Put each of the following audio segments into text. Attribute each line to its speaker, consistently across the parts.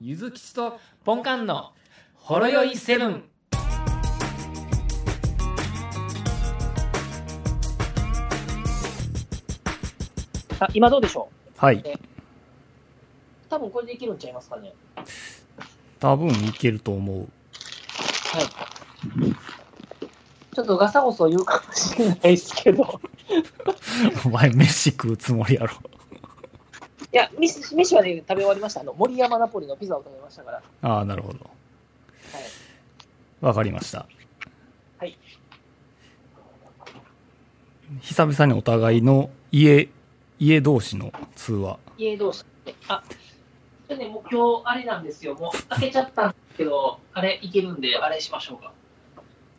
Speaker 1: ゆずきちとポンカンのほろよいセブン。
Speaker 2: あ今どうでしょ
Speaker 3: はい。
Speaker 2: う多分これでいけるんちゃいますかね。
Speaker 3: 多分いけると思う。
Speaker 2: はい。ちょっとガサゴソ言うかもしれないですけど。
Speaker 3: お前、飯食うつもりやろ。
Speaker 2: いや、飯飯はね、食べ終わりました。あの、森山ナポリのピザを食べましたから。は
Speaker 3: ああ、なるほど。
Speaker 2: い。
Speaker 3: わかりました。
Speaker 2: はい。
Speaker 3: 久々にお互いの家、家同士の通話。
Speaker 2: 家同士で。あ、ちょっとね、もう今日あれなんですよ。もう開けちゃったんですけど、あれいけるんで、あれしましょうか。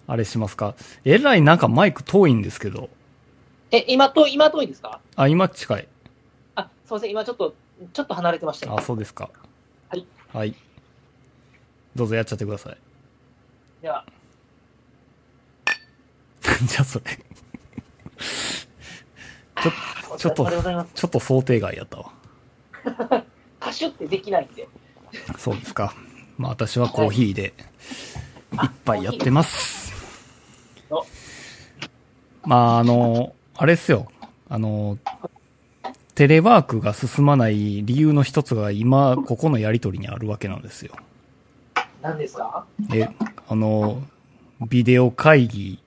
Speaker 3: あれしますかえらいなんかマイク遠いんですけど。
Speaker 2: え、今と、今遠いですか
Speaker 3: あ、今近い。
Speaker 2: あ、すいません。今ちょっと、ちょっと離れてましたね。
Speaker 3: あ、そうですか。
Speaker 2: はい。
Speaker 3: はい。どうぞやっちゃってください。
Speaker 2: では、
Speaker 3: じゃあそれ。ちょっと
Speaker 2: ありがとうございます。
Speaker 3: ちょっと想定外やったわ。
Speaker 2: 歌手ってできないんで。
Speaker 3: そうですか。まあ私はコーヒーで一杯やってます。
Speaker 2: お
Speaker 3: まああの、あれですよ。あの、テレワークが進まない理由の一つが今、ここのやりとりにあるわけなんですよ。
Speaker 2: 何ですか
Speaker 3: え、あの、ビデオ会議、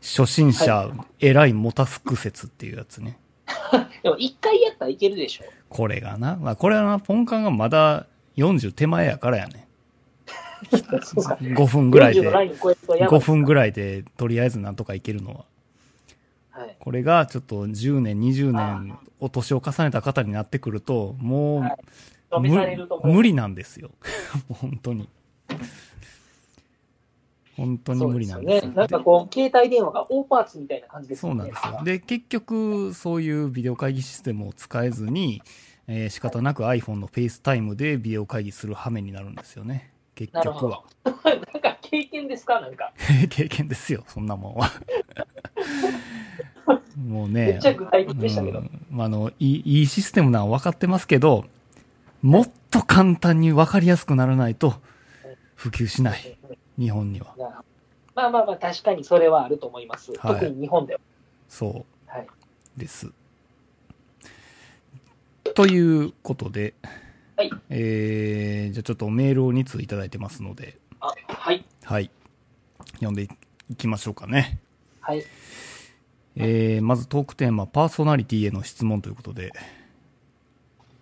Speaker 3: 初心者、偉いモタスク説っていうやつね。
Speaker 2: でも一回やったらいける でしょ。
Speaker 3: これがな、まあこれはな、ポンカンがまだ40手前やからやね。
Speaker 2: そうですか。
Speaker 3: 5分ぐらい
Speaker 2: 40
Speaker 3: で
Speaker 2: の。ライン超えるとや
Speaker 3: 5
Speaker 2: ばい。
Speaker 3: 分ぐらいでとりあえずなんとかいけるのは。
Speaker 2: はい。
Speaker 3: これがちょっと10年、20
Speaker 2: あ
Speaker 3: 年、お年を重ねた方になってくると、もう、
Speaker 2: はい飲みされると
Speaker 3: 無
Speaker 2: 思う
Speaker 3: 無理なんですよ。 もう本当に。本当に無理なん
Speaker 2: そう
Speaker 3: で
Speaker 2: です
Speaker 3: す
Speaker 2: よ
Speaker 3: よ
Speaker 2: ね。なんかこう、携帯電話が大パーツみたいな感じです
Speaker 3: そ
Speaker 2: よ
Speaker 3: う
Speaker 2: ね。
Speaker 3: なんですよ。で、結局、そういうビデオ会議システムを使えずに、えー仕方なく iPhone の FaceTime でビデオ会議する羽目になるんですよね。結
Speaker 2: なる
Speaker 3: 局
Speaker 2: ほ
Speaker 3: は
Speaker 2: ど。 なんか経験ですかなんか。
Speaker 3: 経験ですよ、そんなもん は。もうね。
Speaker 2: めっちゃ具体的でしたけど。
Speaker 3: うんまああのいい、いいシステムなのは分かってますけど、もっと簡単に分かりやすくならないと普及しない。日本には。
Speaker 2: なまあまあまあ、確かにそれはあると思います。
Speaker 3: はい
Speaker 2: 特に日本では。
Speaker 3: そ
Speaker 2: はい。
Speaker 3: うです。ということで、
Speaker 2: はい
Speaker 3: えー、じゃあちょっとメールを2通いただいてますので、
Speaker 2: あはい。
Speaker 3: はい。読んでいきましょうかね。
Speaker 2: はい。
Speaker 3: えーまずトークテーマ、パーソナリティへの質問ということで、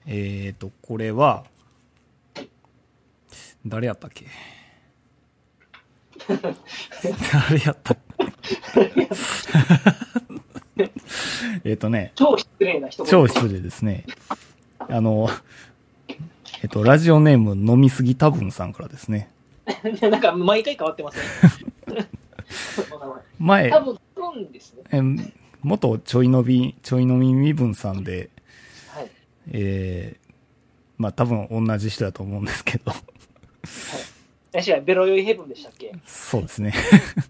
Speaker 3: えーと、これは、誰やったっけ誰やったえっとね、
Speaker 2: 超失礼な人
Speaker 3: 超失礼ですね。あの、えっと、ラジオネーム飲みすぎ多分さんからですね。
Speaker 2: 礼。 なんか毎回変わってますね。 お名前
Speaker 3: 前、
Speaker 2: 多分、多分ですね。
Speaker 3: えー元ちょいのび、ちょいのみみぶんさんで、
Speaker 2: はい。
Speaker 3: えー、まあ多分同じ人だと思うんですけど、
Speaker 2: 私はベロ酔いヘブンでしたっけ
Speaker 3: そうですね。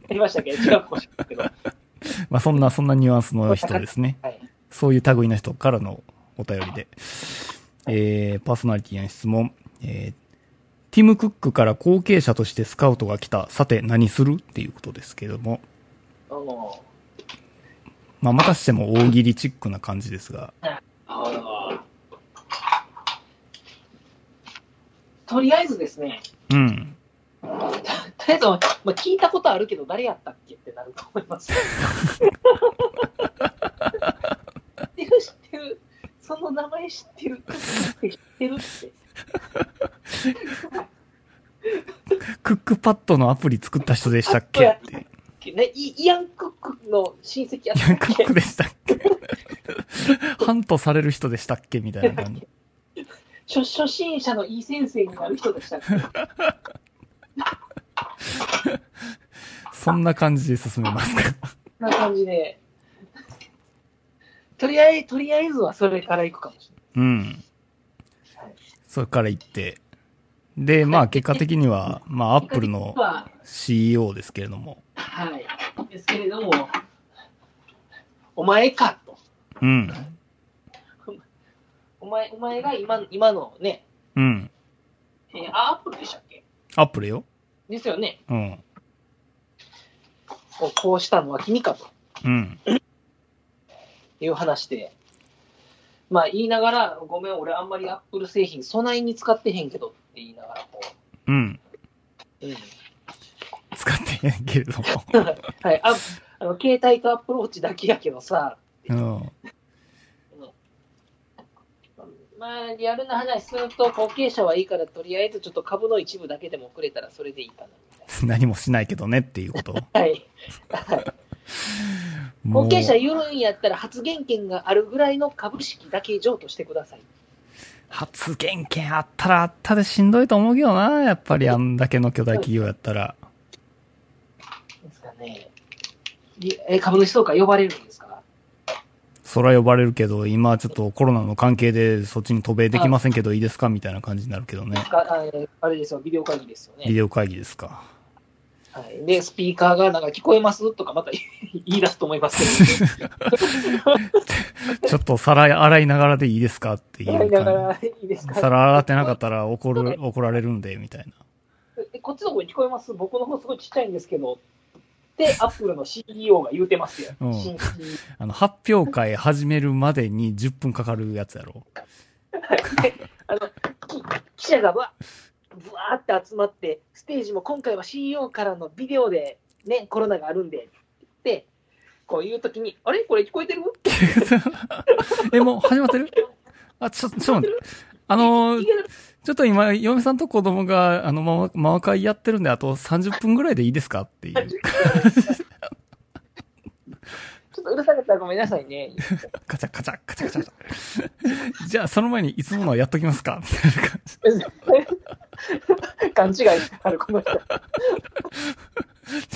Speaker 2: ありましたっけ違うかもしれないけど。
Speaker 3: まあそんな、そんなニュアンスの人ですね。
Speaker 2: はい。
Speaker 3: そういう類の人からのお便りで。えー、パーソナリティへの質問。えー、ティム・クックから後継者としてスカウトが来た。さて何するっていうことですけども。
Speaker 2: あの
Speaker 3: まあまたしても大喜利チックな感じですが。
Speaker 2: あーとりあえずですね、
Speaker 3: うん。
Speaker 2: とりあえず、まあ、聞いたことあるけど、誰やったっけってなると思います。知ってる、知ってる、その名前知ってる、知ってるって。
Speaker 3: クックパッドのアプリ作った人でしたっけって。
Speaker 2: ね、イイアン・クックの親戚やっ
Speaker 3: い
Speaker 2: た
Speaker 3: や
Speaker 2: っ
Speaker 3: ク
Speaker 2: け
Speaker 3: ックでしたっけ ハントされる人でしたっけみたいな感じ。
Speaker 2: 初初心者のいい先生になる人でしたっけ
Speaker 3: そんな感じで進めますか。
Speaker 2: そんな感じで。とりあえず、とりあえずはそれから行くかもし
Speaker 3: うん。
Speaker 2: れない。
Speaker 3: それから行って。で、まあ結果的には、まあアップルの
Speaker 2: は
Speaker 3: CEO ですけれども。
Speaker 2: はい。ですけれども、お前かと。
Speaker 3: うん。
Speaker 2: お前、お前が今、今のね、
Speaker 3: うん。
Speaker 2: え
Speaker 3: アップルよ。
Speaker 2: ですよね。
Speaker 3: うん。
Speaker 2: こうこうしたのは君かと
Speaker 3: うん。
Speaker 2: いう話で。まあ言いながら、ごめん、俺あんまりアップル製品備えに使ってへんけどって言いながらこ
Speaker 3: うん。
Speaker 2: う。うん。
Speaker 3: 使ってへんけれど
Speaker 2: はい。ああの携帯とアップルウォッチだけやけどさ、
Speaker 3: も。
Speaker 2: まあリアルな話すると後継者はいいから、とりあえずちょっと株の一部だけでもくれたらそれでいいかなみたい
Speaker 3: うん。何もしないけどねっていうこと。
Speaker 2: な。はい。
Speaker 3: もう
Speaker 2: 後継者言うんやったら発言権があるぐらいの株式だけ譲渡してください。
Speaker 3: 発言権あったらあったでしんどいと思うけどな。やっぱりあんだけの巨大企業やったら。
Speaker 2: ですかね。いえ株主総会呼ばれるんですか
Speaker 3: そら呼ばれるけど、今ちょっとコロナの関係でそっちに渡米できませんけどいいですかみたいな感じになるけどね。
Speaker 2: かあえあれですよ、ビデオ会議ですよ
Speaker 3: ビ
Speaker 2: ね。
Speaker 3: デオ会議ですか。
Speaker 2: はい、で、スピーカーがなんか聞こえますとかまた言い出すと思いますけど、
Speaker 3: ちょっと皿洗いながらでいいですかっていう
Speaker 2: やりなが
Speaker 3: 感
Speaker 2: らいいです
Speaker 3: じ。
Speaker 2: か
Speaker 3: 皿洗ってなかったら怒る、怒られるんで、みたいな。
Speaker 2: えこっちの方に聞こえます僕の方すごいちっちゃいんですけど。で、アップルの CEO が言うてますよ。
Speaker 3: うん
Speaker 2: 新 CEO
Speaker 3: あの、発表会始めるまでに10分かかるやつやろ。
Speaker 2: であのき記者がわぶわーって集まって、ステージも今回は CEO からのビデオで、ね、コロナがあるんでって、こういうときに、あれこれ聞こえてるって
Speaker 3: え、もう始まってるあ、ちょ、ちょっと待って。あのー
Speaker 2: 言、えなくて、
Speaker 3: ちょっと今、嫁さんと子供が、あの、ママ、ママ会やってるんで、あと30分ぐらいでいいですかっていう
Speaker 2: ちょっとうるさかったらごめんなさいね。
Speaker 3: カチャカチャ、カチャカチャカチャ。 じゃあ、その前にいつものはやっときますかみ たいな感じ。
Speaker 2: 勘違いしてはる、この人。
Speaker 3: ちょ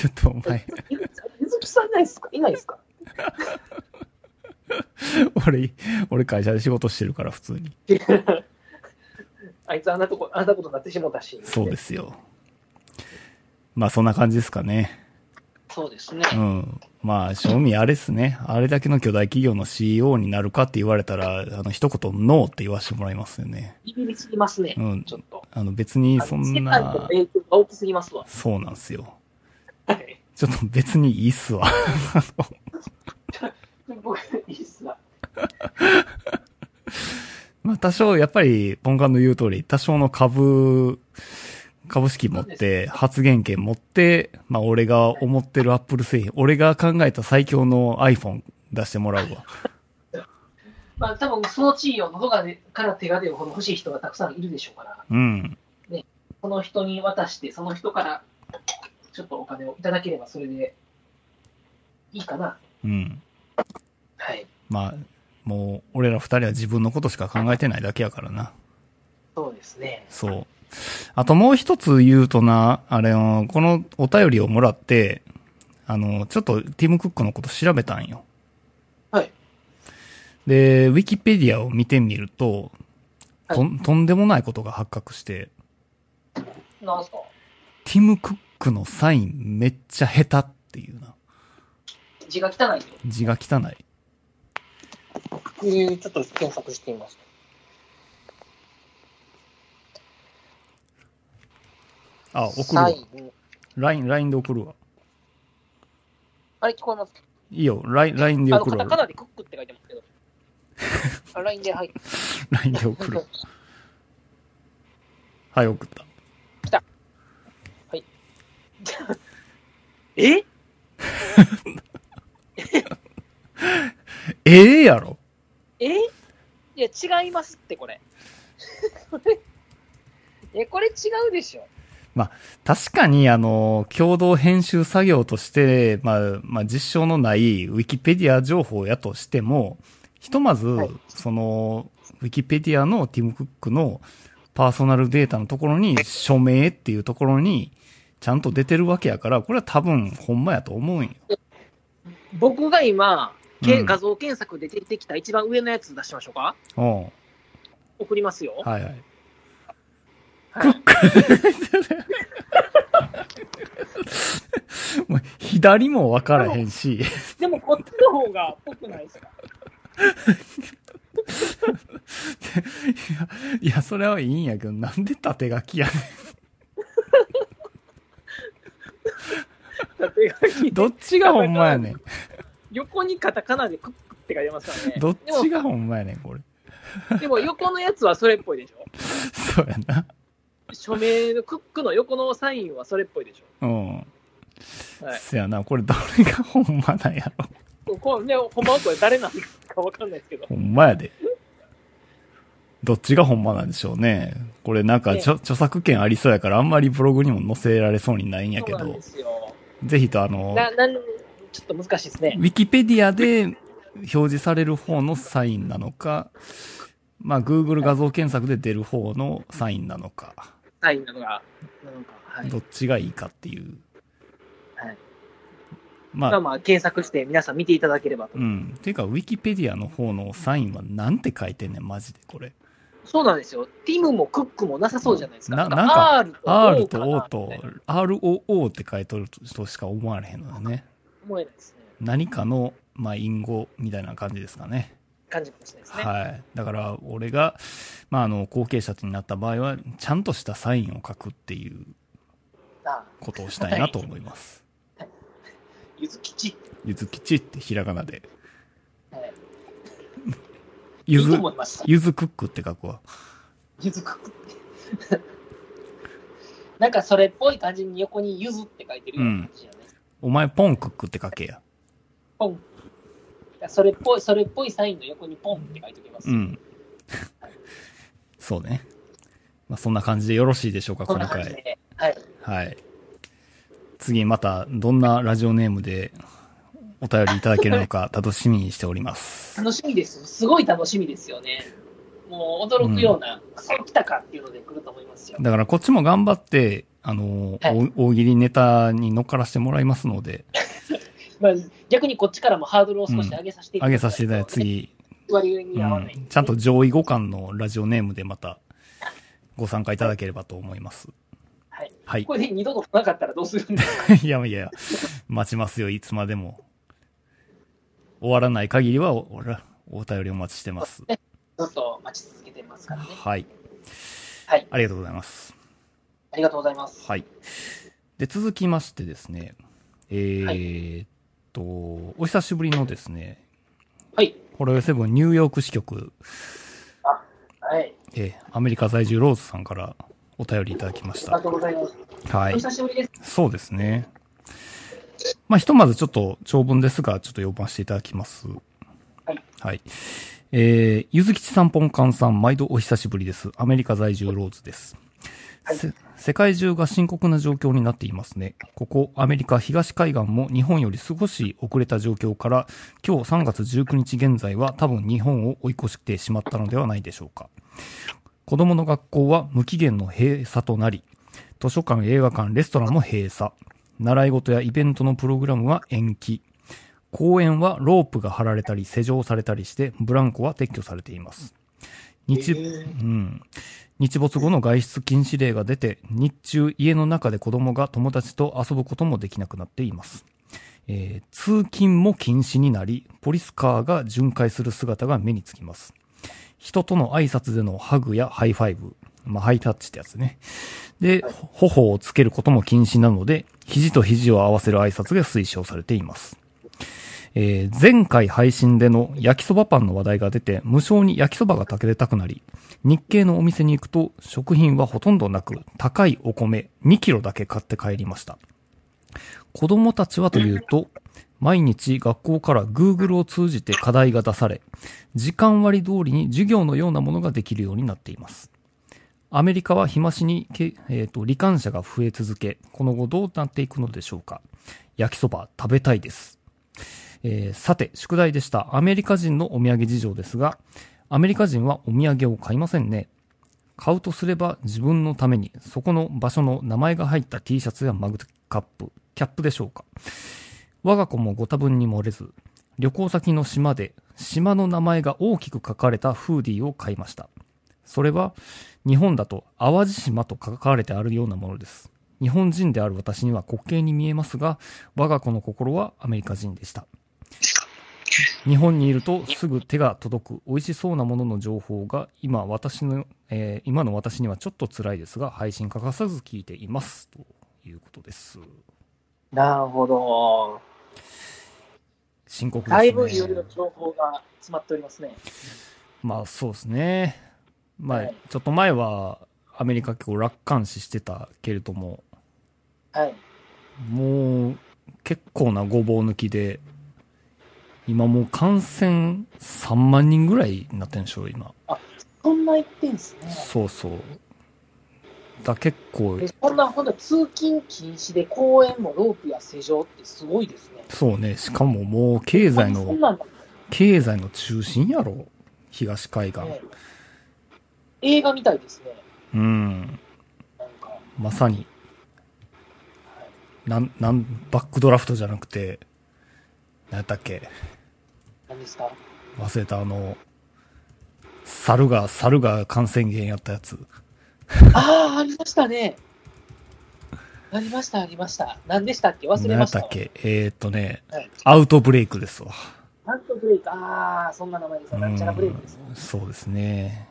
Speaker 3: っとお 前、
Speaker 2: ゆゆずきさんいないですかいないですか
Speaker 3: 俺、俺会社で仕事してるから、普通に。
Speaker 2: あいつあんなとこ、あんなことになってしもたし。。
Speaker 3: そうですすよ。まあ、そんな感じですかね。
Speaker 2: そうですね。
Speaker 3: うん。まあ、正味あれっすね。あれだけの巨大企業の CEO になるかって言われたら、あの、一言、ノーって言わせてもらいますよね。
Speaker 2: ビビりすぎますね。
Speaker 3: うん
Speaker 2: ちょっと。
Speaker 3: あの、別にそ
Speaker 2: 世
Speaker 3: ん
Speaker 2: 界の
Speaker 3: な、
Speaker 2: 影響が大きすぎますわ。
Speaker 3: そうなんすよ。
Speaker 2: はい。
Speaker 3: ちょっと別にいいっすわ。
Speaker 2: 僕、いいっすわ。
Speaker 3: まあ、多少、やっぱり、ポンカンの言う通り、多少の株、株式持って、発言権持って、まあ、俺が思ってるアップル製品、俺が考えた最強の iPhone 出してもらうわ。
Speaker 2: まあ、多分その地位を喉がねから手が出るほど欲しい人がたくさんいるでしょうから、
Speaker 3: うん。
Speaker 2: その人に渡して、その人からちょっとお金をいただければそれでいいかな。
Speaker 3: うん。
Speaker 2: はい。
Speaker 3: まあ、もう、俺ら二人は自分のことしか考えてないだけやからな。
Speaker 2: そうですね。
Speaker 3: そう。あともう一つ言うとな、あれの、このお便りをもらって、あの、ちょっとティム・クックのこと調べたんよ。
Speaker 2: はい。
Speaker 3: で、ウィキペディアを見てみると、
Speaker 2: はい
Speaker 3: とんとんでもないことが発覚して、
Speaker 2: なんすか
Speaker 3: ティム・クックのサインめっちゃ下手っていうな。
Speaker 2: 字が汚いと。
Speaker 3: 字が汚い。
Speaker 2: えー、ちょっと検索してみます。
Speaker 3: あ、送る
Speaker 2: サ
Speaker 3: わ
Speaker 2: イ。ン。
Speaker 3: LINE、LINE で送るわ。
Speaker 2: あれ聞こえますか
Speaker 3: いいよ、LINE LINE で
Speaker 2: あの
Speaker 3: 送
Speaker 2: カ
Speaker 3: る
Speaker 2: タ
Speaker 3: わ
Speaker 2: カ。ナでクックって書いてます けど。あ、LINE で、はい。
Speaker 3: LINE で送 る。はい、送った。
Speaker 2: え
Speaker 3: ええやろ
Speaker 2: えいや、違いますって、 これ。これえ、これ違うでしょ。
Speaker 3: 確かに、あの、共同編集作業として、まあ、まあ、実証のないウィキペディア情報やとしても、ひとまず、
Speaker 2: はい
Speaker 3: その、ウィキペディアのティム・クックのパーソナルデータのところに、署名っていうところに、ちゃんと出てるわけやから、これは多分、ほんまやと思うんよ。
Speaker 2: 僕が今、け
Speaker 3: うん
Speaker 2: 画像検索で出てきた一番上のやつ出しましょうか。
Speaker 3: うん。は
Speaker 2: 送りますよ。
Speaker 3: いはい。
Speaker 2: はい
Speaker 3: もう左もわからへんし、
Speaker 2: でも、こっちの方がっぽくないですか。
Speaker 3: いや、それはいいんやけど、なんで縦書きやねん。
Speaker 2: たというわけで
Speaker 3: どっちがほんまやねん。
Speaker 2: 横にカタカナでクックって書いてますからね。
Speaker 3: どっちがほんまやねん、これ。
Speaker 2: でもでも横のやつはそれっぽいでしょ。
Speaker 3: そうやな。
Speaker 2: 署名のクックの横のサインはそれっぽいでし
Speaker 3: うん。
Speaker 2: ょ。はい。
Speaker 3: そやな、これどれがほんまなんやろ。
Speaker 2: こうね、ほんまはこれ誰なんかわかんないですけど。
Speaker 3: ほんまやで。どっちがほんまなんでしょうね。これなんか
Speaker 2: ね
Speaker 3: 著著作権ありそうやからあんまりブログにも載せられそうにないんやけ
Speaker 2: そうなん
Speaker 3: ど
Speaker 2: で、すよ。
Speaker 3: ぜひとあの、
Speaker 2: な、なん、ちょっと難しいですね
Speaker 3: ウ。ィキペディアで表示される方のサインなのか、まあ Google 画像検索で出る方のサインなのか、
Speaker 2: サインなのが。なんか、はい。
Speaker 3: どっちがいいかっていう。
Speaker 2: はい
Speaker 3: ま
Speaker 2: まあ
Speaker 3: あ、
Speaker 2: まあ、検索して皆さん見ていただければと。
Speaker 3: うん。ていうか、ウィキペディアの方のサインはなんて書いてんねん、マジでこれ。
Speaker 2: そうなんですよ。ティムもクックもなさそうじゃないですか。
Speaker 3: な
Speaker 2: か
Speaker 3: なんか
Speaker 2: R と
Speaker 3: R と
Speaker 2: か
Speaker 3: O
Speaker 2: な
Speaker 3: と ROO って書いとるとしか思われへんのよね。
Speaker 2: 思えないですね。
Speaker 3: 何かの、まあ、隠語みたいな感じですかね。
Speaker 2: 感じかもしれないですね。
Speaker 3: はい。だから、俺が、まあ、あの、後継者になった場合は、ちゃんとしたサインを書くっていう
Speaker 2: あ
Speaker 3: ことをしたいなと思います。
Speaker 2: ゆずきち。
Speaker 3: ゆずきちってひらがなで。
Speaker 2: はい
Speaker 3: ゆ
Speaker 2: いいと
Speaker 3: ず、
Speaker 2: 思います。
Speaker 3: ゆずクックって書くわ。
Speaker 2: ゆずくく。なんかそれっぽい感じに横にゆずって書いてるような感じじゃないですか。
Speaker 3: お前、ポンクックって書けや。
Speaker 2: ポン。それっぽい、それっぽいサインの横にポンって書いておきます。
Speaker 3: うん。そうね。まあ、そんな感じでよろしいでしょうか、
Speaker 2: こんな
Speaker 3: 今
Speaker 2: 感じ
Speaker 3: 回。
Speaker 2: で。はい。
Speaker 3: はい。次またどんなラジオネームでお便りいただけるの か楽しみにしております。
Speaker 2: 楽しみです。すごい楽しみですよね。もう驚くような、クソ来たかっていうので来ると思いますよ。
Speaker 3: だからこっちも頑張って、あの、
Speaker 2: はい
Speaker 3: お大喜利ネタに乗っからしてもらいますので、
Speaker 2: まあ、逆にこっちからもハードルを少し上げさせてい
Speaker 3: 上げさせていただいて
Speaker 2: て、
Speaker 3: 次、
Speaker 2: 割に合わない、
Speaker 3: うんちゃんと。上位互換のラジオネームでまたご参加いただければと思います。
Speaker 2: はい。
Speaker 3: はい。
Speaker 2: これで二度と来なかったらどうするんだ
Speaker 3: いやいや、待ちますよ、いつまでも。終わらない限りはお、おらお便りお待ちしてます。
Speaker 2: ちょっと待ち続けてますからね。
Speaker 3: はい。
Speaker 2: はい
Speaker 3: ありがとうございます。
Speaker 2: ありがとうございます。
Speaker 3: はい。で、続きましてですね、えー
Speaker 2: は
Speaker 3: っと、お久しぶりのですね、
Speaker 2: はい。
Speaker 3: ホロヨセブンニューヨーク支局、
Speaker 2: はい。
Speaker 3: えーアメリカ在住ローズさんからお便りいただきまし
Speaker 2: ありが
Speaker 3: た。
Speaker 2: とうございます。
Speaker 3: は
Speaker 2: お
Speaker 3: い。
Speaker 2: 久しぶりです。
Speaker 3: そうですね。まあ、ひとまずちょっと長文ですが、ちょっと読ませていただきます。
Speaker 2: はい。
Speaker 3: はい。えー、ゆずきちさんぽんかんさん、毎度お久しぶりです。アメリカ在住ローズです。
Speaker 2: はい
Speaker 3: せ世界中が深刻な状況になっていますね。ここ、アメリカ東海岸も日本より少し遅れた状況から、今日3月19日現在は多分日本を追い越してしまったのではないでしょうか。子供の学校は無期限の閉鎖となり、図書館、映画館、レストランも閉鎖。習い事やイベントのプログラムは延期。公園はロープが張られたり、施錠されたりして、ブランコは撤去されています。日、
Speaker 2: えー
Speaker 3: うん。日没後の外出禁止令が出て、日中家の中で子供が友達と遊ぶこともできなくなっています。えー通勤も禁止になり、ポリスカーが巡回する姿が目につきます。人との挨拶でのハグやハイファイブ、まあ、ハイタッチってやつね。で、ほ頬をつけることも禁止なので、肘と肘を合わせる挨拶が推奨されています。えー前回配信での焼きそばパンの話題が出て、無償に焼きそばが炊けれたくなり、日系のお店に行くと食品はほとんどなく、高いお米2キロだけ買って帰りました。子供たちはというと、毎日学校から Google を通じて課題が出され、時間割り通りに授業のようなものができるようになっています。アメリカは日増しにけ、えーと罹患者が増え続け、この後どうなっていくのでしょうか。焼きそば食べたいです。えーさて、宿題でした。アメリカ人のお土産事情ですが、アメリカ人はお土産を買いませんね。買うとすれば自分のために、そこの場所の名前が入った T シャツやマグカップ、キャップでしょうか。我が子もご多分に漏れず、旅行先の島で、島の名前が大きく書かれたフーディーを買いました。それは、日本だと淡路島と書かれてあるようなものです。日本人である私には滑稽に見えますが、我が子の心はアメリカ人でした。日本にいるとすぐ手が届く美味しそうなものの情報が今私の、えー今の私にはちょっと辛いですが、配信欠かさず聞いています。ということです。
Speaker 2: なるほど。
Speaker 3: 深刻ですね。
Speaker 2: だいぶいろいろ情報が詰まっておりますね。
Speaker 3: まあそうですね。まあ
Speaker 2: はい
Speaker 3: ちょっと前はアメリカ結構楽観視してたけれども、
Speaker 2: はい。
Speaker 3: もう結構なごぼう抜きで、今もう感染3万人ぐらいになってんでしょ、今。
Speaker 2: そんな言ってんすね。
Speaker 3: そうそう。だ結構
Speaker 2: え、そんな、ほんと通勤禁止で公園もロープや施錠ってすごいですね。
Speaker 3: そうね、しかももう経済
Speaker 2: そん
Speaker 3: の、
Speaker 2: なんだ
Speaker 3: 経済の中心やろ、東海岸。
Speaker 2: ね。映画みたいですね。
Speaker 3: うん、
Speaker 2: なんか、
Speaker 3: まさに。なん、なん、バックドラフトじゃなくて、なんやったっけ
Speaker 2: 何ですか
Speaker 3: 忘れたあの、猿が、猿が感染源やったやつ。
Speaker 2: ああ、ありましたね。ありました、ありました。何でしたっけ忘れ
Speaker 3: 何や
Speaker 2: ま
Speaker 3: っ
Speaker 2: した
Speaker 3: た
Speaker 2: わ。
Speaker 3: っけえー、っとね、
Speaker 2: はい。
Speaker 3: アウトブレイクですわ。
Speaker 2: ハントブレイク、ああ、そんな名前です
Speaker 3: う
Speaker 2: ね。なんちゃらブレイクですね。
Speaker 3: ん、そうですね。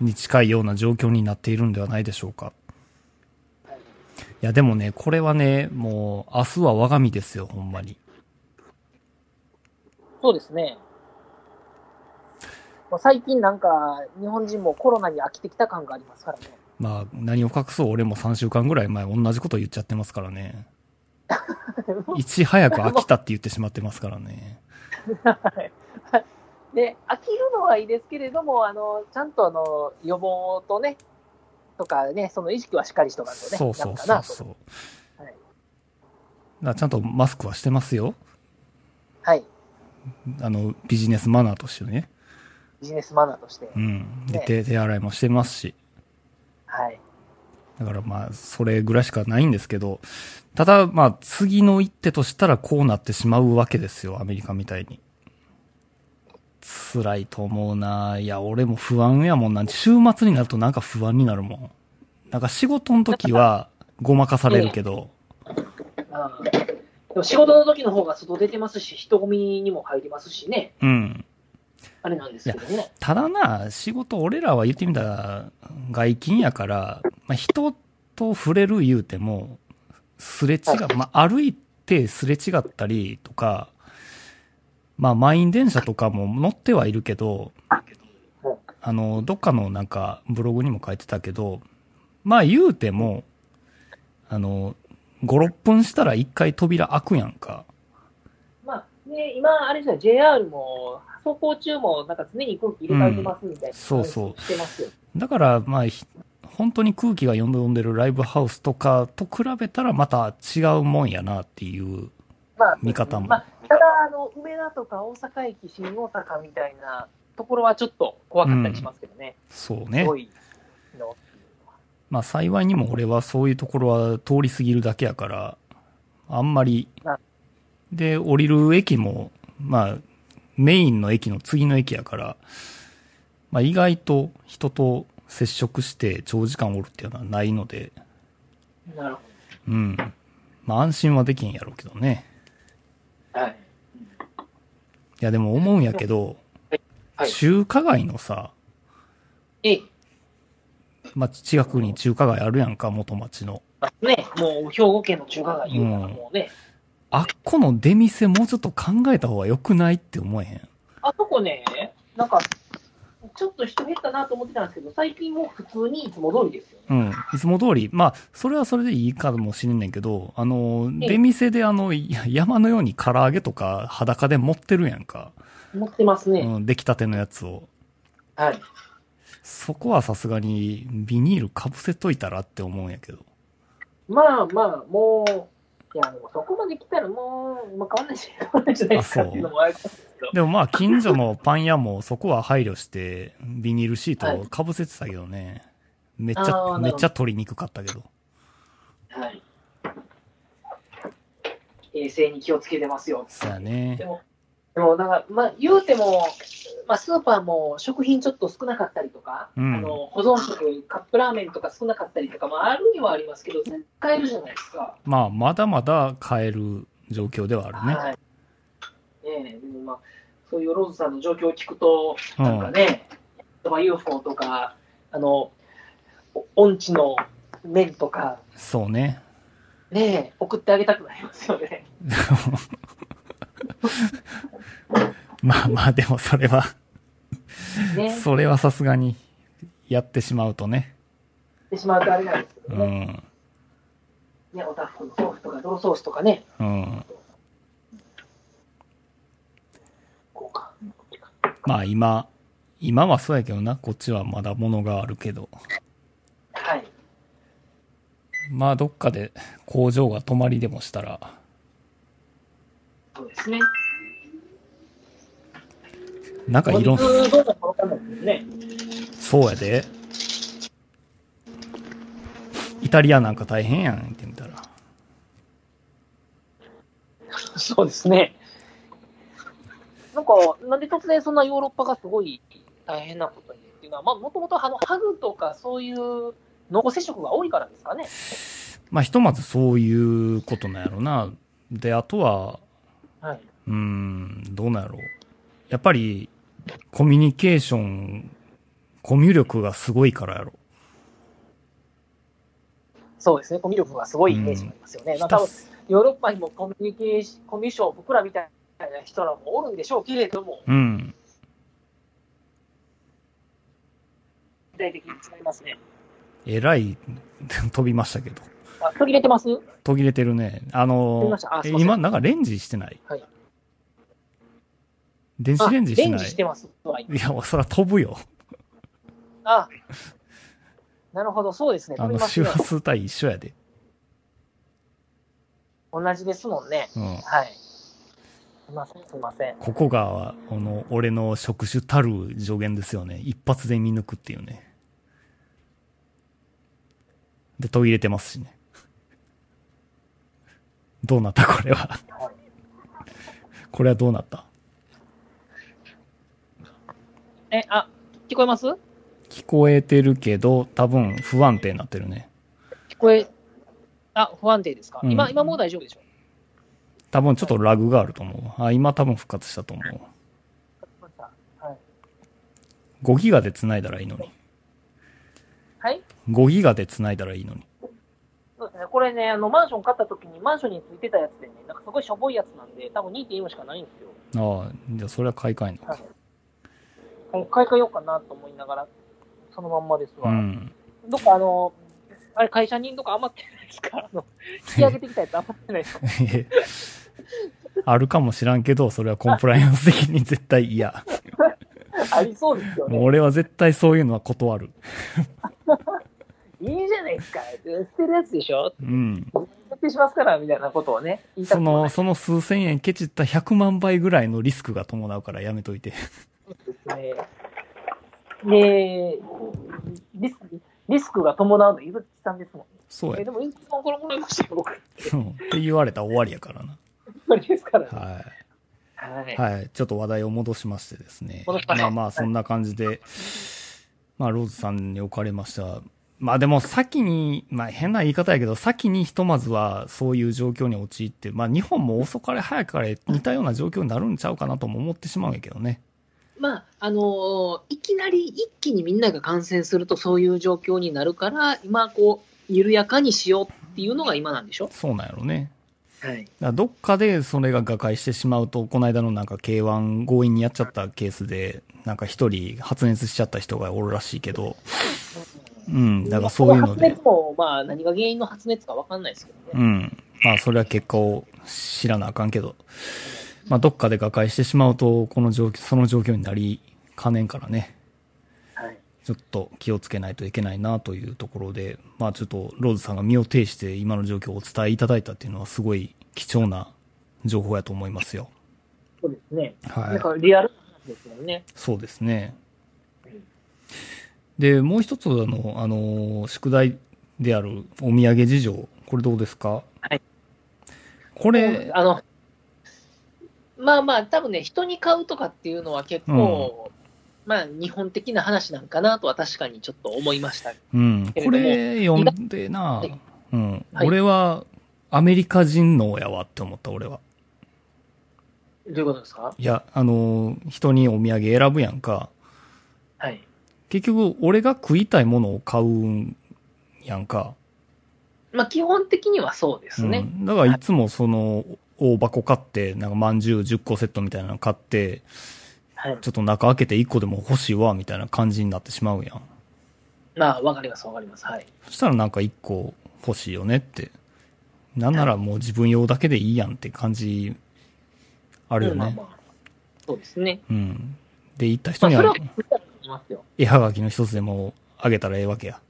Speaker 3: に近いような状況になっているんではないでしょうか。
Speaker 2: はい
Speaker 3: いや、でもね、これはね、もう、明日は我が身ですよ、ほんまに。
Speaker 2: そうですね。もう最近なんか、日本人もコロナに飽きてきた感がありますからね。
Speaker 3: まあ、何を隠そう、俺も3週間ぐらい前、同じこと言っちゃってますからね。いち早く飽きたって言ってしまってますから ね。
Speaker 2: で、飽きるのはいいですけれども、あの、ちゃんとあの、予防とね、とかね、その意識はしっかりしとかんとね、
Speaker 3: そうそうそ
Speaker 2: なん
Speaker 3: う
Speaker 2: かなと。
Speaker 3: そう。だ
Speaker 2: はい
Speaker 3: からちゃんとマスクはしてますよ。
Speaker 2: はい。
Speaker 3: あの、ビジネスマナーとしてね。
Speaker 2: ビジネスマナーとして。
Speaker 3: うん。で、
Speaker 2: ね
Speaker 3: 手手洗いもしてますし。
Speaker 2: はい。
Speaker 3: だからまあ、それぐらいしかないんですけど、ただまあ、次の一手としたらこうなってしまうわけですよ、アメリカみたいに。辛いと思うな。いや、俺も不安やもんな。週末になるとなんか不安になるもん。なんか仕事の時はごまかされるけど、
Speaker 2: あーでも仕事の時の方が外出てますし、人混みにも入りますしね、
Speaker 3: うん。
Speaker 2: あれなんですけどね。
Speaker 3: ただな、仕事、俺らは言ってみたら、外勤やから、まあ、人と触れる言うても、すれ違う、まあ、歩いてすれ違ったりとか、まあ、満員電車とかも乗ってはいるけど、あの、どっかのなんか、ブログにも書いてたけど、まあ、言うても、あの、5、6分したら1回扉開くやんか。
Speaker 2: まあ、ね、今、あれですね、JR も、走行中も、なんか常に空気入れ替えてますみたいな、
Speaker 3: うんそうそう
Speaker 2: してますよ。
Speaker 3: だから、まあ、ひ本当に空気が読んで読んでるライブハウスとかと比べたらまた違うもんやなっていう。
Speaker 2: まあ、
Speaker 3: 見方も
Speaker 2: まあ、ただ、あの、梅田とか大阪駅、新大阪みたいなところはちょっと怖かったりしますけどね。
Speaker 3: そう
Speaker 2: す
Speaker 3: ね
Speaker 2: ご。いの。
Speaker 3: まあ幸いにも俺はそういうところは通り過ぎるだけやから、あんまり
Speaker 2: あ。
Speaker 3: で、降りる駅も、まあ、メインの駅の次の駅やから、まあ意外と人と接触して長時間おるっていうのはないので、
Speaker 2: なるほ
Speaker 3: うん。まあ安心はできんやろうけどね。
Speaker 2: ど。はい。
Speaker 3: いやでも思うんやけど、
Speaker 2: はい。
Speaker 3: 中華街のさ、
Speaker 2: ええ
Speaker 3: まあ、近くに中華街あるやんか、元町の。
Speaker 2: ね、もう、兵庫県の中華街いうのは
Speaker 3: うん
Speaker 2: もうね、
Speaker 3: あっこの出店もうちょっと考えた方が良くないって思えへん。
Speaker 2: あそこね、なんか、ちょっと人減ったなと思ってたんですけど、最近もう普通にいつも通りですよね。
Speaker 3: うん。いつも通り。まあ、それはそれでいいかもしれんねんけど、あの、
Speaker 2: ええ
Speaker 3: 出店であの、いや山のように唐揚げとか裸で持ってるやんか。
Speaker 2: 持ってますね。
Speaker 3: うん、出来たてのやつを。
Speaker 2: はい。
Speaker 3: そこはさすがにビニールかぶせといたらって思うんやけど。
Speaker 2: まあまあ、もう、いや、でもそこまで来たらもう、まあ、変わんないし、変わんないじゃないですか
Speaker 3: あそう
Speaker 2: っていうのもある
Speaker 3: でもまあ、近所のパン屋もそこは配慮して、ビニールシートをかぶせてたけどね。めっち
Speaker 2: あ
Speaker 3: ゃ、
Speaker 2: ーな
Speaker 3: め
Speaker 2: るほど
Speaker 3: っちゃ取りにくかったけど。
Speaker 2: はい。衛生に気をつけてますよ。
Speaker 3: そうやね
Speaker 2: で。も、でもなんか、まあ、言うても、まあ、スーパーも食品ちょっと少なかったりとか、
Speaker 3: うん
Speaker 2: あの保存食、カップラーメンとか少なかったりとか、まあ、あるにはありますけど、全然買えるじゃないですか。
Speaker 3: まあ、まだまだ買える状況ではあるね。
Speaker 2: はい。ねえ、でもまあ、そういうローズさんの状況を聞くと、
Speaker 3: うん
Speaker 2: なんかね、まあ UFO とか、あの、お音痴の面とか、
Speaker 3: そうね。
Speaker 2: ねえ、送ってあげたくなります よね。
Speaker 3: まあまあ、でもそれは、
Speaker 2: ね、
Speaker 3: それはさすがに、やってしまうとね。
Speaker 2: してしまうとあれなんですけど
Speaker 3: う
Speaker 2: ね。
Speaker 3: ん。
Speaker 2: ね、おたふくの豆腐とか、泥ソースとかね。
Speaker 3: うん。
Speaker 2: こうか。
Speaker 3: まあ今、今はそうやけどな、こっちはまだ物があるけど。
Speaker 2: はい。
Speaker 3: まあどっかで工場が止まりでもしたら、
Speaker 2: そうですね。
Speaker 3: なんかいろん、
Speaker 2: 普通どうなるかわかんないですね。
Speaker 3: そうやで。イタリアなんか大変やん、ってみたら。
Speaker 2: そうですね。なんか、なんで突然そんなヨーロッパがすごい大変なことにっていうのは、まあ、もともとあのハグとかそういう濃厚接触が多いからですかね。
Speaker 3: まあひとまずそういうことなんやろな。で、あとは、
Speaker 2: はい。
Speaker 3: うーん、どうなんやろう。やっぱり、コミュニケーション、コミュ力がすごいからやろ。
Speaker 2: そうですね。コミュ力がすごいイメージがありますよね。
Speaker 3: ひ
Speaker 2: まあ、
Speaker 3: た
Speaker 2: 多分
Speaker 3: す
Speaker 2: ヨーロッパにもコミュニケーション、コミュ障、僕らみたいな人らもおるんでしょうけれども、
Speaker 3: うん。
Speaker 2: 具体的に違いますね。
Speaker 3: えらい、 飛びましたけど。
Speaker 2: あ、途切れてます
Speaker 3: 途切れてるね。あ
Speaker 2: 飛び
Speaker 3: の
Speaker 2: ましたあ、すいません
Speaker 3: 今、なんかレンジしてない、
Speaker 2: はい
Speaker 3: 電子
Speaker 2: あ
Speaker 3: レンジして
Speaker 2: レン
Speaker 3: な
Speaker 2: ジ
Speaker 3: い
Speaker 2: してます。はい
Speaker 3: いや、そら飛ぶよ。
Speaker 2: あ、なるほど、そうですね。
Speaker 3: あ
Speaker 2: 飛
Speaker 3: の、
Speaker 2: びます
Speaker 3: 周
Speaker 2: ね
Speaker 3: 波。数帯一緒やで。
Speaker 2: 同じですもんね。
Speaker 3: うん。
Speaker 2: はい。すいません、すいません。
Speaker 3: ここが、あの、俺の職種たる助言ですよね。一発で見抜くっていうね。で、途切れてますしね。どうなったこれは。これはどうなった
Speaker 2: え、あ、聞こえます
Speaker 3: 聞こえてるけど、多分不安定になってるね。
Speaker 2: 聞こえ、あ、不安定ですか、
Speaker 3: うん
Speaker 2: 今、今もう大丈夫でしょ
Speaker 3: 多分ちょっとラグがあると思う。あ、今多分復活したと思う。
Speaker 2: うかはい。
Speaker 3: 5ギガで繋いだらいいのに。
Speaker 2: はい
Speaker 3: 5ギガで繋いだらいいのに。
Speaker 2: そうですね。これね、あの、マンション買った時に、マンションについてたやつでね、なんかすごいしょぼいやつなんで、多分2.4しかないんですよ。
Speaker 3: ああ、じゃあそれは買い替えな
Speaker 2: はい。もう買い替えようかなと思いながら、そのまんまですわ。
Speaker 3: うん。
Speaker 2: どっかあの、あれ、会社にどっか余ってないですかあの、引き上げてきたやつ余ってないです か
Speaker 3: あるかもしらんけど、それはコンプライアンス的に絶対嫌。
Speaker 2: ありそうですよ
Speaker 3: も
Speaker 2: ね
Speaker 3: う。俺は絶対そういうのは断る。
Speaker 2: いいじゃないですか。捨てるやつでしょ
Speaker 3: うん。
Speaker 2: やってしますから、みたいなことをね、言いた
Speaker 3: そ
Speaker 2: くもな
Speaker 3: の、
Speaker 2: い
Speaker 3: その数千円ケチった100万倍ぐらいのリスクが伴うからやめといて。
Speaker 2: ですね。で、リスク、リスクが伴うの、ゆずきさんですもん。
Speaker 3: そう
Speaker 2: え
Speaker 3: や
Speaker 2: で。も、ゆずきさんこれもらいましたよ、僕。
Speaker 3: うんって言われたら終わりやからな。
Speaker 2: これですから、ね。
Speaker 3: はい。
Speaker 2: はい。
Speaker 3: はい、ちょっと話題を戻しましてですね。
Speaker 2: 戻しまし
Speaker 3: ま
Speaker 2: ょ
Speaker 3: あ
Speaker 2: う
Speaker 3: まあ、そんな感じで、まあ、ローズさんにおかれましては、まあでも先に、まあ変な言い方やけど、先にひとまずはそういう状況に陥って、まあ日本も遅かれ早かれ似たような状況になるんちゃうかなとも思ってしまうんやけどね。
Speaker 2: まあ、あのーいきなり一気にみんなが感染するとそういう状況になるから、今、こう、緩やかにしようっていうのが今なんでしょ
Speaker 3: そうなんやろね。
Speaker 2: はい。
Speaker 3: だからどっかでそれが瓦解してしまうと、この間のなんか K1 強引にやっちゃったケースで、なんか一人発熱しちゃった人がおるらしいけど、うん、だからそういうの
Speaker 2: 発
Speaker 3: で
Speaker 2: 熱。も、まあ、何が原因の発熱かわかんないですけど
Speaker 3: う
Speaker 2: ね。
Speaker 3: ん。まあ、それは結果を知らなあかんけど、まあ、どっかで瓦解してしまうと、この状況、その状況になりかねんからね、
Speaker 2: はい。
Speaker 3: ちょっと気をつけないといけないなというところで、まあ、ちょっと、ローズさんが身を挺して今の状況をお伝えいただいたっていうのは、すごい貴重な情報やと思いますよ。
Speaker 2: そうですね。
Speaker 3: は
Speaker 2: なん
Speaker 3: い。
Speaker 2: かリアルな話ですよね。
Speaker 3: そうですね。で、もう一つ、あの、あの、宿題であるお土産事情、これどうですか
Speaker 2: はい。
Speaker 3: これ、
Speaker 2: あの、まあまあ、多分ね、人に買うとかっていうのは結構、まあ、日本的な話なんかなとは確かにちょっと思いました。
Speaker 3: うん、
Speaker 2: けれ
Speaker 3: こ
Speaker 2: ども
Speaker 3: れ読んでな
Speaker 2: はい、
Speaker 3: うん、
Speaker 2: はい
Speaker 3: 俺はアメリカ人のやわって思った俺は。
Speaker 2: どういうことですか
Speaker 3: いや、あのー、人にお土産選ぶやんか。
Speaker 2: はい。
Speaker 3: 結局、俺が食いたいものを買うんやんか。
Speaker 2: まあ、基本的にはそうです
Speaker 3: う
Speaker 2: ね。
Speaker 3: んだからいつもその、大箱買って、なんかまんじゅう10個セットみたいなの買って、
Speaker 2: はい。
Speaker 3: ちょっと中開けて1個でも欲しいわ、みたいな感じになってしまうやん。
Speaker 2: まあ、わかります、わかります。はい。
Speaker 3: そしたらなんか1個欲しいよねって。なんならもう自分用だけでいいやんって感じ、あ
Speaker 2: あ
Speaker 3: るよね。
Speaker 2: まあまあ、そうですね。
Speaker 3: うん。で、行った人
Speaker 2: ま
Speaker 3: に
Speaker 2: あ、それ
Speaker 3: は
Speaker 2: は、、見たら思いますよ。
Speaker 3: 絵はがきの一つでもあげたらええわけや。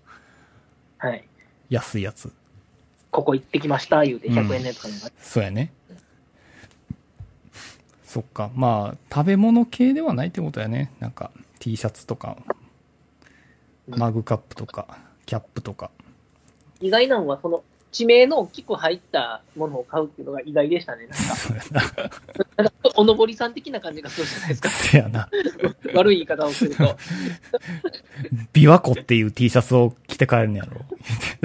Speaker 2: はい。
Speaker 3: 安いやつ。
Speaker 2: ここ行ってきました、言うて、
Speaker 3: うん
Speaker 2: 100円のやつかな
Speaker 3: そうやね。そっか。まあ、食べ物系ではないってことやね。なんか、T シャツとか、マグカップとか、キャップとか。
Speaker 2: 意外なのは、その、地名の大きく入ったものを買うっていうのが意外でしたね。なんか、
Speaker 3: そうやな。
Speaker 2: なんかおのぼりさん的な感じがするじゃないですか。
Speaker 3: そうやな。
Speaker 2: 悪い言い方をすると。
Speaker 3: 琵琶湖っていう T シャツを着て帰るんやろ。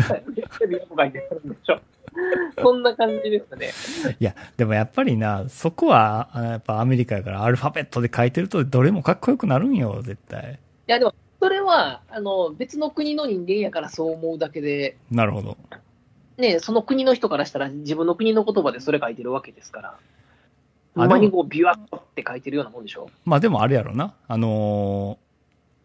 Speaker 2: はいテレビとかに出てくるんでしょそんな感じですね。
Speaker 3: いや、でもやっぱりな、そこは、あやっぱアメリカやからアルファベットで書いてるとどれもかっこよくなるんよ、絶対。
Speaker 2: いや、でも、それは、あの、別の国の人間やからそう思うだけで、
Speaker 3: なるほど。
Speaker 2: ね、その国の人からしたら自分の国の言葉でそれ書いてるわけですから。
Speaker 3: で
Speaker 2: ほ
Speaker 3: も
Speaker 2: んまにこう、ビワッって書いてるようなもんでしょ
Speaker 3: まあでもあれやろな。あのー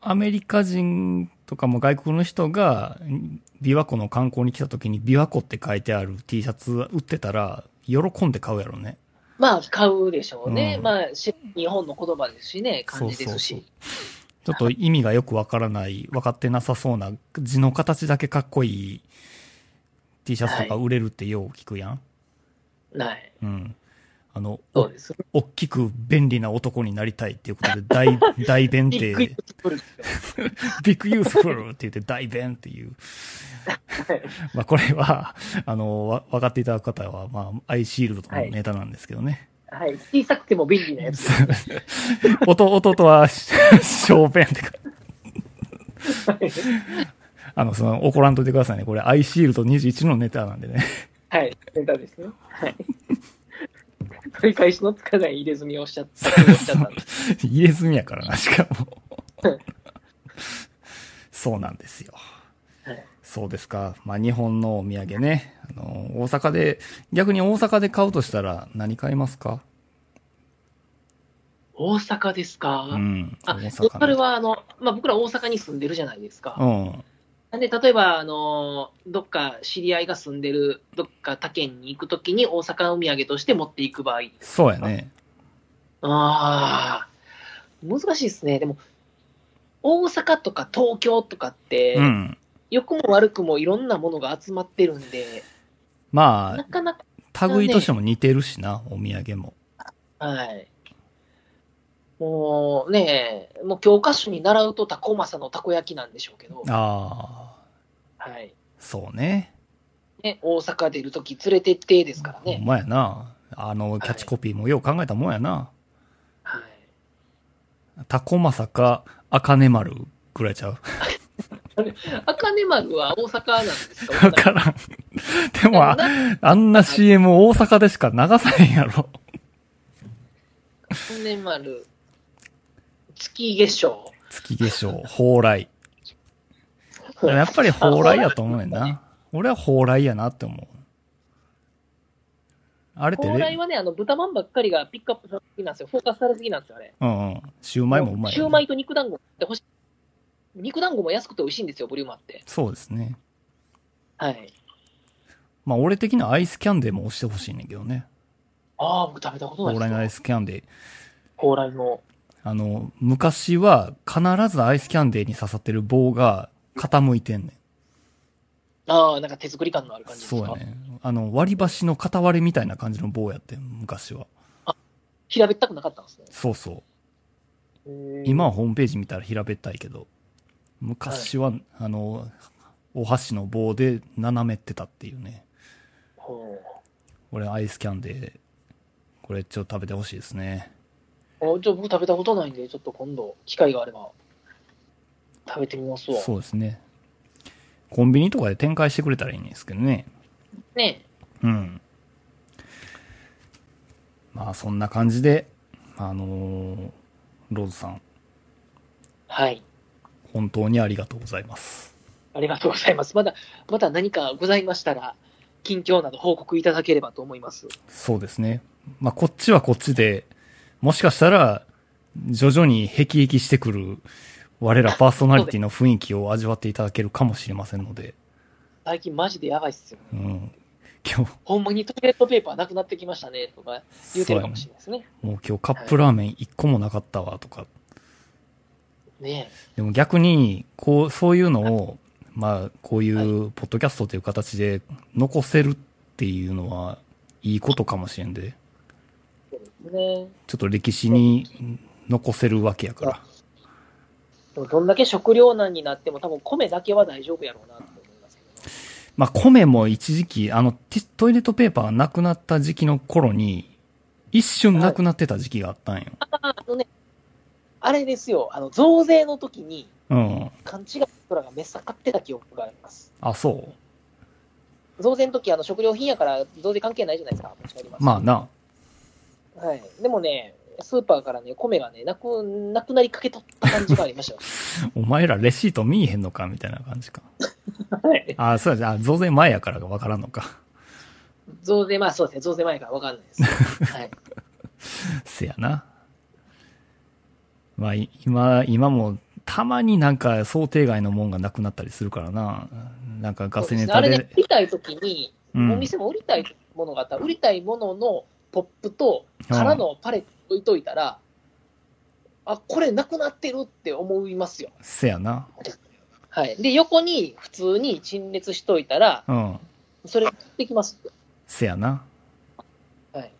Speaker 3: アメリカ人とかも外国の人が、ん琵琶湖の観光に来た時に琵琶湖って書いてある T シャツ売ってたら、喜んで買うやろね。
Speaker 2: まあ、買うでしょうね。
Speaker 3: うん
Speaker 2: まあ、し日本の言葉ですしね、漢字ですし。
Speaker 3: そうそうちょっと意味がよくわからない、分かってなさそうな字の形だけかっこいい T シャツとか売れるってよう聞くやん。
Speaker 2: はい。
Speaker 3: うん。あの、
Speaker 2: そうです。
Speaker 3: おっきく便利な男になりたいっていうことで大、大 弁っ
Speaker 2: びっくり
Speaker 3: て、
Speaker 2: するんですよ
Speaker 3: ビッグユースフルって言って大弁っていう。まあこれは、あの、わ、分かっていただく方は、まあ、アイシールドのネタなんですけどね。
Speaker 2: はい。小さくても便利なやつ。
Speaker 3: 弟、弟は、小弁ってか。あの、その、怒らんといてくださいね。これ、アイシールド21のネタなんでね。
Speaker 2: はい。ネタですね。 はい。取り返しのつかない入れ墨をしちゃった。しちゃったんで
Speaker 3: 入れ墨やからな、しかも。そうなんですよ
Speaker 2: はい。
Speaker 3: そうですか。まあ、日本のお土産ね。あの、大阪で、逆に大阪で買うとしたら何買いますか
Speaker 2: 大阪ですか、
Speaker 3: うん。
Speaker 2: あ、
Speaker 3: 大
Speaker 2: ロ
Speaker 3: 阪
Speaker 2: ーカルは、あの、まあ、僕ら大阪に住んでるじゃないですか。
Speaker 3: うん。
Speaker 2: なんで、例えば、あの、どっか知り合いが住んでる、どっか他県に行くときに大阪のお土産として持っていく場合。
Speaker 3: そうやね。
Speaker 2: ああ、難しいですね。でも、大阪とか東京とかって、
Speaker 3: うん。
Speaker 2: 良くも悪くもいろんなものが集まってるんで、な
Speaker 3: ま
Speaker 2: かなか、
Speaker 3: あ、類としても似てるしな、お土産も。
Speaker 2: はい。もうね、もう教科書に習うとタコマサのたこ焼きなんでしょうけど、
Speaker 3: ああ、
Speaker 2: はい。
Speaker 3: そうね。
Speaker 2: ね、大阪出るとき連れてってですから
Speaker 3: ほん
Speaker 2: ね。
Speaker 3: まやな。あの、キャッチコピーもよう考えたもんやな。
Speaker 2: はい。
Speaker 3: タコマサか、あかね丸ぐらいちゃう。
Speaker 2: 赤根丸は大阪なんですか
Speaker 3: わからん。 でも、あ
Speaker 2: な
Speaker 3: あんな CM 大阪でしか流さへんやろ。
Speaker 2: 赤根丸、月月賞。
Speaker 3: 月化粧、蓬莱。でもやっぱり蓬莱やと思うねんな。俺は蓬莱やなって思う。あれって
Speaker 2: 蓬莱
Speaker 3: ね、
Speaker 2: はね、あの豚まんばっかりがピックアップされすぎなんですよ。フォーカスされすぎなんですよ、あれ。
Speaker 3: うんうん。シューマイもうまい
Speaker 2: シュ
Speaker 3: よ
Speaker 2: ー
Speaker 3: ね、
Speaker 2: マイと肉団子って欲しい。肉団子も安くて美味しいんですよ、ボリュームあって。
Speaker 3: そうですね。
Speaker 2: はい。
Speaker 3: まあ、俺的なアイスキャンデーも押してほしいねんけどね。
Speaker 2: ああ、僕食べたことない
Speaker 3: 蓬莱のアイ
Speaker 2: です。
Speaker 3: スキャンデー。
Speaker 2: 蓬莱の。
Speaker 3: あの、昔は必ずアイスキャンデーに刺さってる棒が傾いてんねん。
Speaker 2: ああ、なんか手作り感のある感じですか。
Speaker 3: そうやね。あの、割り箸の片割れみたいな感じの棒やってん、昔は。
Speaker 2: 平べったくなかったんですね。
Speaker 3: そうそう。
Speaker 2: へー
Speaker 3: 今はホームページ見たら平べったいけど、昔は、あの、お箸の棒で斜めってたっていうね。
Speaker 2: ほ
Speaker 3: 俺アイスキャンデー、これちょっと食べてほしいですね。
Speaker 2: うあちょ僕食べたことないんで、ちょっと今度、機会があれば、食べてみますわ。
Speaker 3: そうですね。コンビニとかで展開してくれたらいいんですけどね。
Speaker 2: ね。
Speaker 3: うん。まあそんな感じで、あのーローズさん、
Speaker 2: はい。
Speaker 3: 本当にありがとうございます。
Speaker 2: ありがとうございます。まだ、まだ何かございましたら、近況など報告いただければと思います。
Speaker 3: そうですね。まあ、こっちはこっちで、もしかしたら、徐々に辟易してくる、我らパーソナリティの雰囲気を味わっていただけるかもしれませんので、
Speaker 2: 最近マジでやばいっすよ。
Speaker 3: うん。今日、
Speaker 2: ほんまにトイレットペーパーなくなってきましたね、とか言うてるかもしれないですね。
Speaker 3: もう今日カップラーメン一個もなかったわとか。
Speaker 2: ね
Speaker 3: でも逆に、こう、そういうのを、まあ、こういうポッドキャストという形で残せるっていうのは、いいことかもしれんで、
Speaker 2: え。ねえ
Speaker 3: ちょっと歴史に残せるわけやから。
Speaker 2: でもどんだけ食糧難になっても、多分米だけは大丈夫やろうなと思いますけ
Speaker 3: まあ、米も一時期、あの、ティトイレットペーパーがなくなった時期の頃に、一瞬なくなってた時期があったんよ。
Speaker 2: ど。ああのね、あれですよ、あの、増税の時に、
Speaker 3: うん。
Speaker 2: 勘違いの人らがめっさかってた記憶があります。
Speaker 3: あ、そう。
Speaker 2: 増税の時、あの、食料品やから増税関係ないじゃないですか。持ち帰りす
Speaker 3: まあな。
Speaker 2: はい。でもね、スーパーからね、米がね、なく、なくなりかけとった感じがありました
Speaker 3: お前らレシート見えへんのかみたいな感じか。
Speaker 2: よ。 はい。
Speaker 3: あ、そうや。あ、増税前やからがわからんのか。
Speaker 2: 増税、まあそうですね、増税前からわかんないです。はい。
Speaker 3: せやな。まあ、い今、今も、たまになんか想定外のもんがなくなったりするからな。なんかガセネ
Speaker 2: そ
Speaker 3: タ
Speaker 2: うで
Speaker 3: で。
Speaker 2: すねあれね、売りたい時に、
Speaker 3: うん
Speaker 2: お店も売りたいものがあったら、売りたいもののポップと空のパレット置いといたら、あ、これなくなってるって思いますよ。
Speaker 3: せやな。
Speaker 2: はい。で、横に普通に陳列しといたら、
Speaker 3: うん。
Speaker 2: それ持ってきます。
Speaker 3: せやな。
Speaker 2: はい。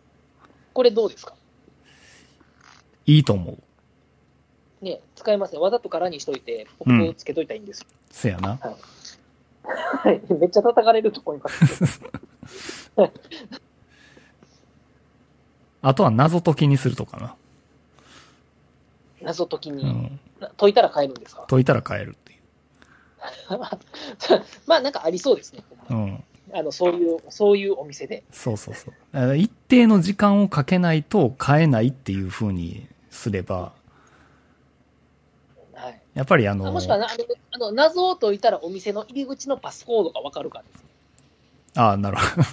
Speaker 2: これどうですか
Speaker 3: いいと思う。
Speaker 2: ね、使えません。わざと空にしといて、ポップをつけといたらいいんですよ。
Speaker 3: せやな。
Speaker 2: はい。めっちゃ叩かれると思います。
Speaker 3: あとは謎解きにするとかな。
Speaker 2: 謎解きに、
Speaker 3: うん。
Speaker 2: な解いたら買えるんですか
Speaker 3: 解いたら買えるっていう。
Speaker 2: まあなんかありそうですね。
Speaker 3: うん。
Speaker 2: あの、そういう、そういうお店で。
Speaker 3: そうそうそう。だから一定の時間をかけないと買えないっていう風にすれば、
Speaker 2: はい。
Speaker 3: やっぱりあ
Speaker 2: あ
Speaker 3: の
Speaker 2: もし、くはなあの、あの、謎を解いたらお店の入り口のパスコードがわかるかです。
Speaker 3: ああ、なるほど。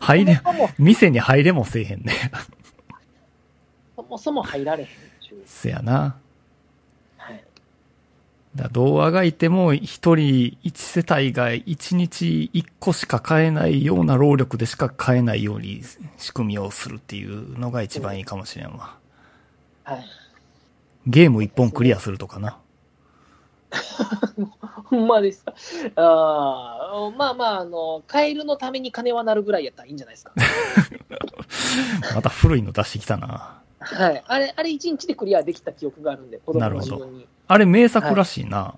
Speaker 3: 入れ
Speaker 2: そ、も
Speaker 3: 店に入れもせえへんね。
Speaker 2: そもそも入られへんっていう
Speaker 3: せやな。
Speaker 2: はい。
Speaker 3: だ童話がいても、一人一世帯が一日一個しか買えないような労力でしか買えないように仕組みをするっていうのが一番いいかもしれんわ。
Speaker 2: はい。
Speaker 3: ゲーム一本クリアするとかな。
Speaker 2: ほんまですか。あーまあまあ、あの、カエルのために金はなるぐらいやったらいいんじゃな いですか。
Speaker 3: また古いの出してきたな。
Speaker 2: はい。あれ、あれ一日でクリアできた記憶があるんで、子供
Speaker 3: なる
Speaker 2: の
Speaker 3: ほど
Speaker 2: 自分に。
Speaker 3: あれ名作らしいな。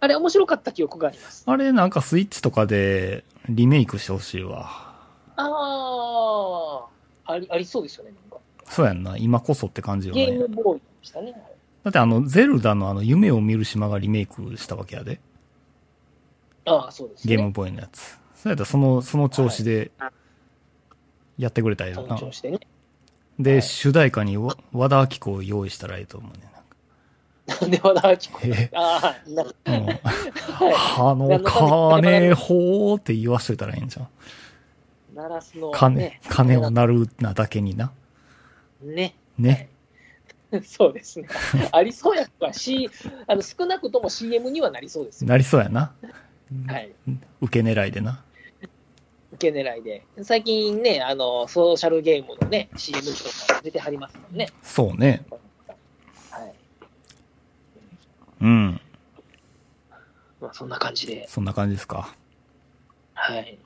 Speaker 2: あれ、面白かった記憶があります。
Speaker 3: あれなんかスイッチとかでリメイクしてほしいわ。
Speaker 2: ああ、あり、ありそうですよね、なんか。
Speaker 3: そうやんな。今こそって感じよ
Speaker 2: ゲー
Speaker 3: ね
Speaker 2: ム。ボーイでしたね。
Speaker 3: だってあの、ゼルダのあの、夢を見る島がリメイクしたわけやで。
Speaker 2: ああ、そうです、ね。
Speaker 3: ゲームボーイのやつ。そうやったらその、その調子で
Speaker 2: は、
Speaker 3: やってくれたらええよな
Speaker 2: 尊。重してね。は
Speaker 3: で、
Speaker 2: い
Speaker 3: 主題歌にわ和田アキ子を用意したらええと思うね。
Speaker 2: なんで和田アキ 子
Speaker 3: へ
Speaker 2: ああ、なる
Speaker 3: えうん。
Speaker 2: ほど。
Speaker 3: あの鐘ほーって言わしといたらええんじゃん。
Speaker 2: 鳴らすのは
Speaker 3: 鐘
Speaker 2: ね、。
Speaker 3: 鐘を鳴るなだけにな。
Speaker 2: ね。
Speaker 3: ね。
Speaker 2: そうですね。ありそうやっぱ、C、あの少なくとも CM にはなりそうですよ。
Speaker 3: なりそうやな。
Speaker 2: はい。
Speaker 3: 受け狙いでな。
Speaker 2: 受け狙いで。最近ね、あの、ソーシャルゲームのね、CM とか出てはりますもんね。
Speaker 3: そうね。
Speaker 2: はい。
Speaker 3: うん。
Speaker 2: まあ、そんな感じで。
Speaker 3: そんな感じですか。
Speaker 2: はい。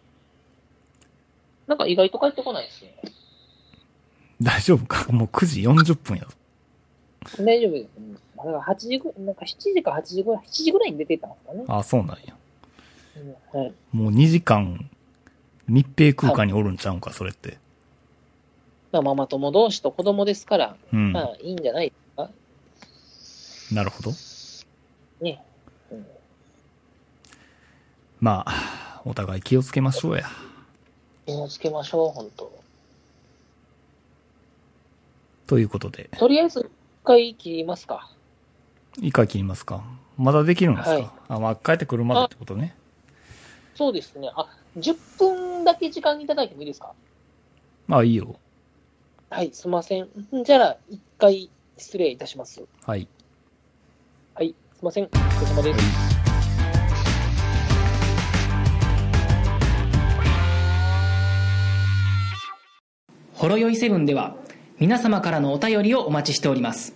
Speaker 2: なんか意外と帰ってこないですね。
Speaker 3: 大丈夫か もう9時40分やぞ。
Speaker 2: 大丈夫です。うんなんか8時ぐ、なんか7時か8時ぐらい、7時ぐらいに出てたんですかね。
Speaker 3: ああ、そうなんや。
Speaker 2: うんはい。
Speaker 3: もう2時間密閉空間におるんちゃうんか、それって。
Speaker 2: まあ、ママ友同士と子供ですから、
Speaker 3: うん。
Speaker 2: まあ、いいんじゃないですか。
Speaker 3: なるほど。
Speaker 2: ね。
Speaker 3: まあ、お互い気をつけましょうや。
Speaker 2: 気をつけましょう、本当
Speaker 3: ということで。
Speaker 2: とりあえず、一回切りますか。
Speaker 3: 一回切りますか。まだできるんですか、
Speaker 2: はい
Speaker 3: あ、まあ、帰ってくるまでってことね。
Speaker 2: そうですね。あ、10分だけ時間いただいてもいいですか
Speaker 3: まあ、いいよ。
Speaker 2: はい、すいません。じゃあ、一回失礼いたします。
Speaker 3: はい。
Speaker 2: はい、すいません。お疲れ様です。
Speaker 1: ほろよいセブンでは皆様からのお便りをお待ちしております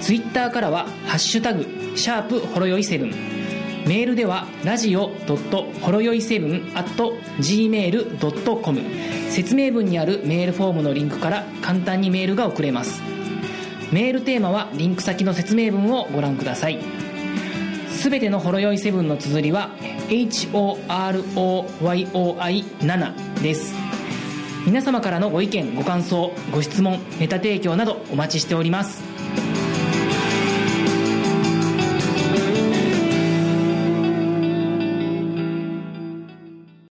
Speaker 1: ツイッターからは「ハッシュタグシャープほろよいセブン」メールではラジオほろよい7 gmail.com 説明文にあるメールフォームのリンクから簡単にメールが送れますメールテーマはリンク先の説明文をご覧くださいすべてのほろ酔いセブンの綴りは HOROYOI7 です皆様からのご意見ご感想ご質問ネタ提供などお待ちしております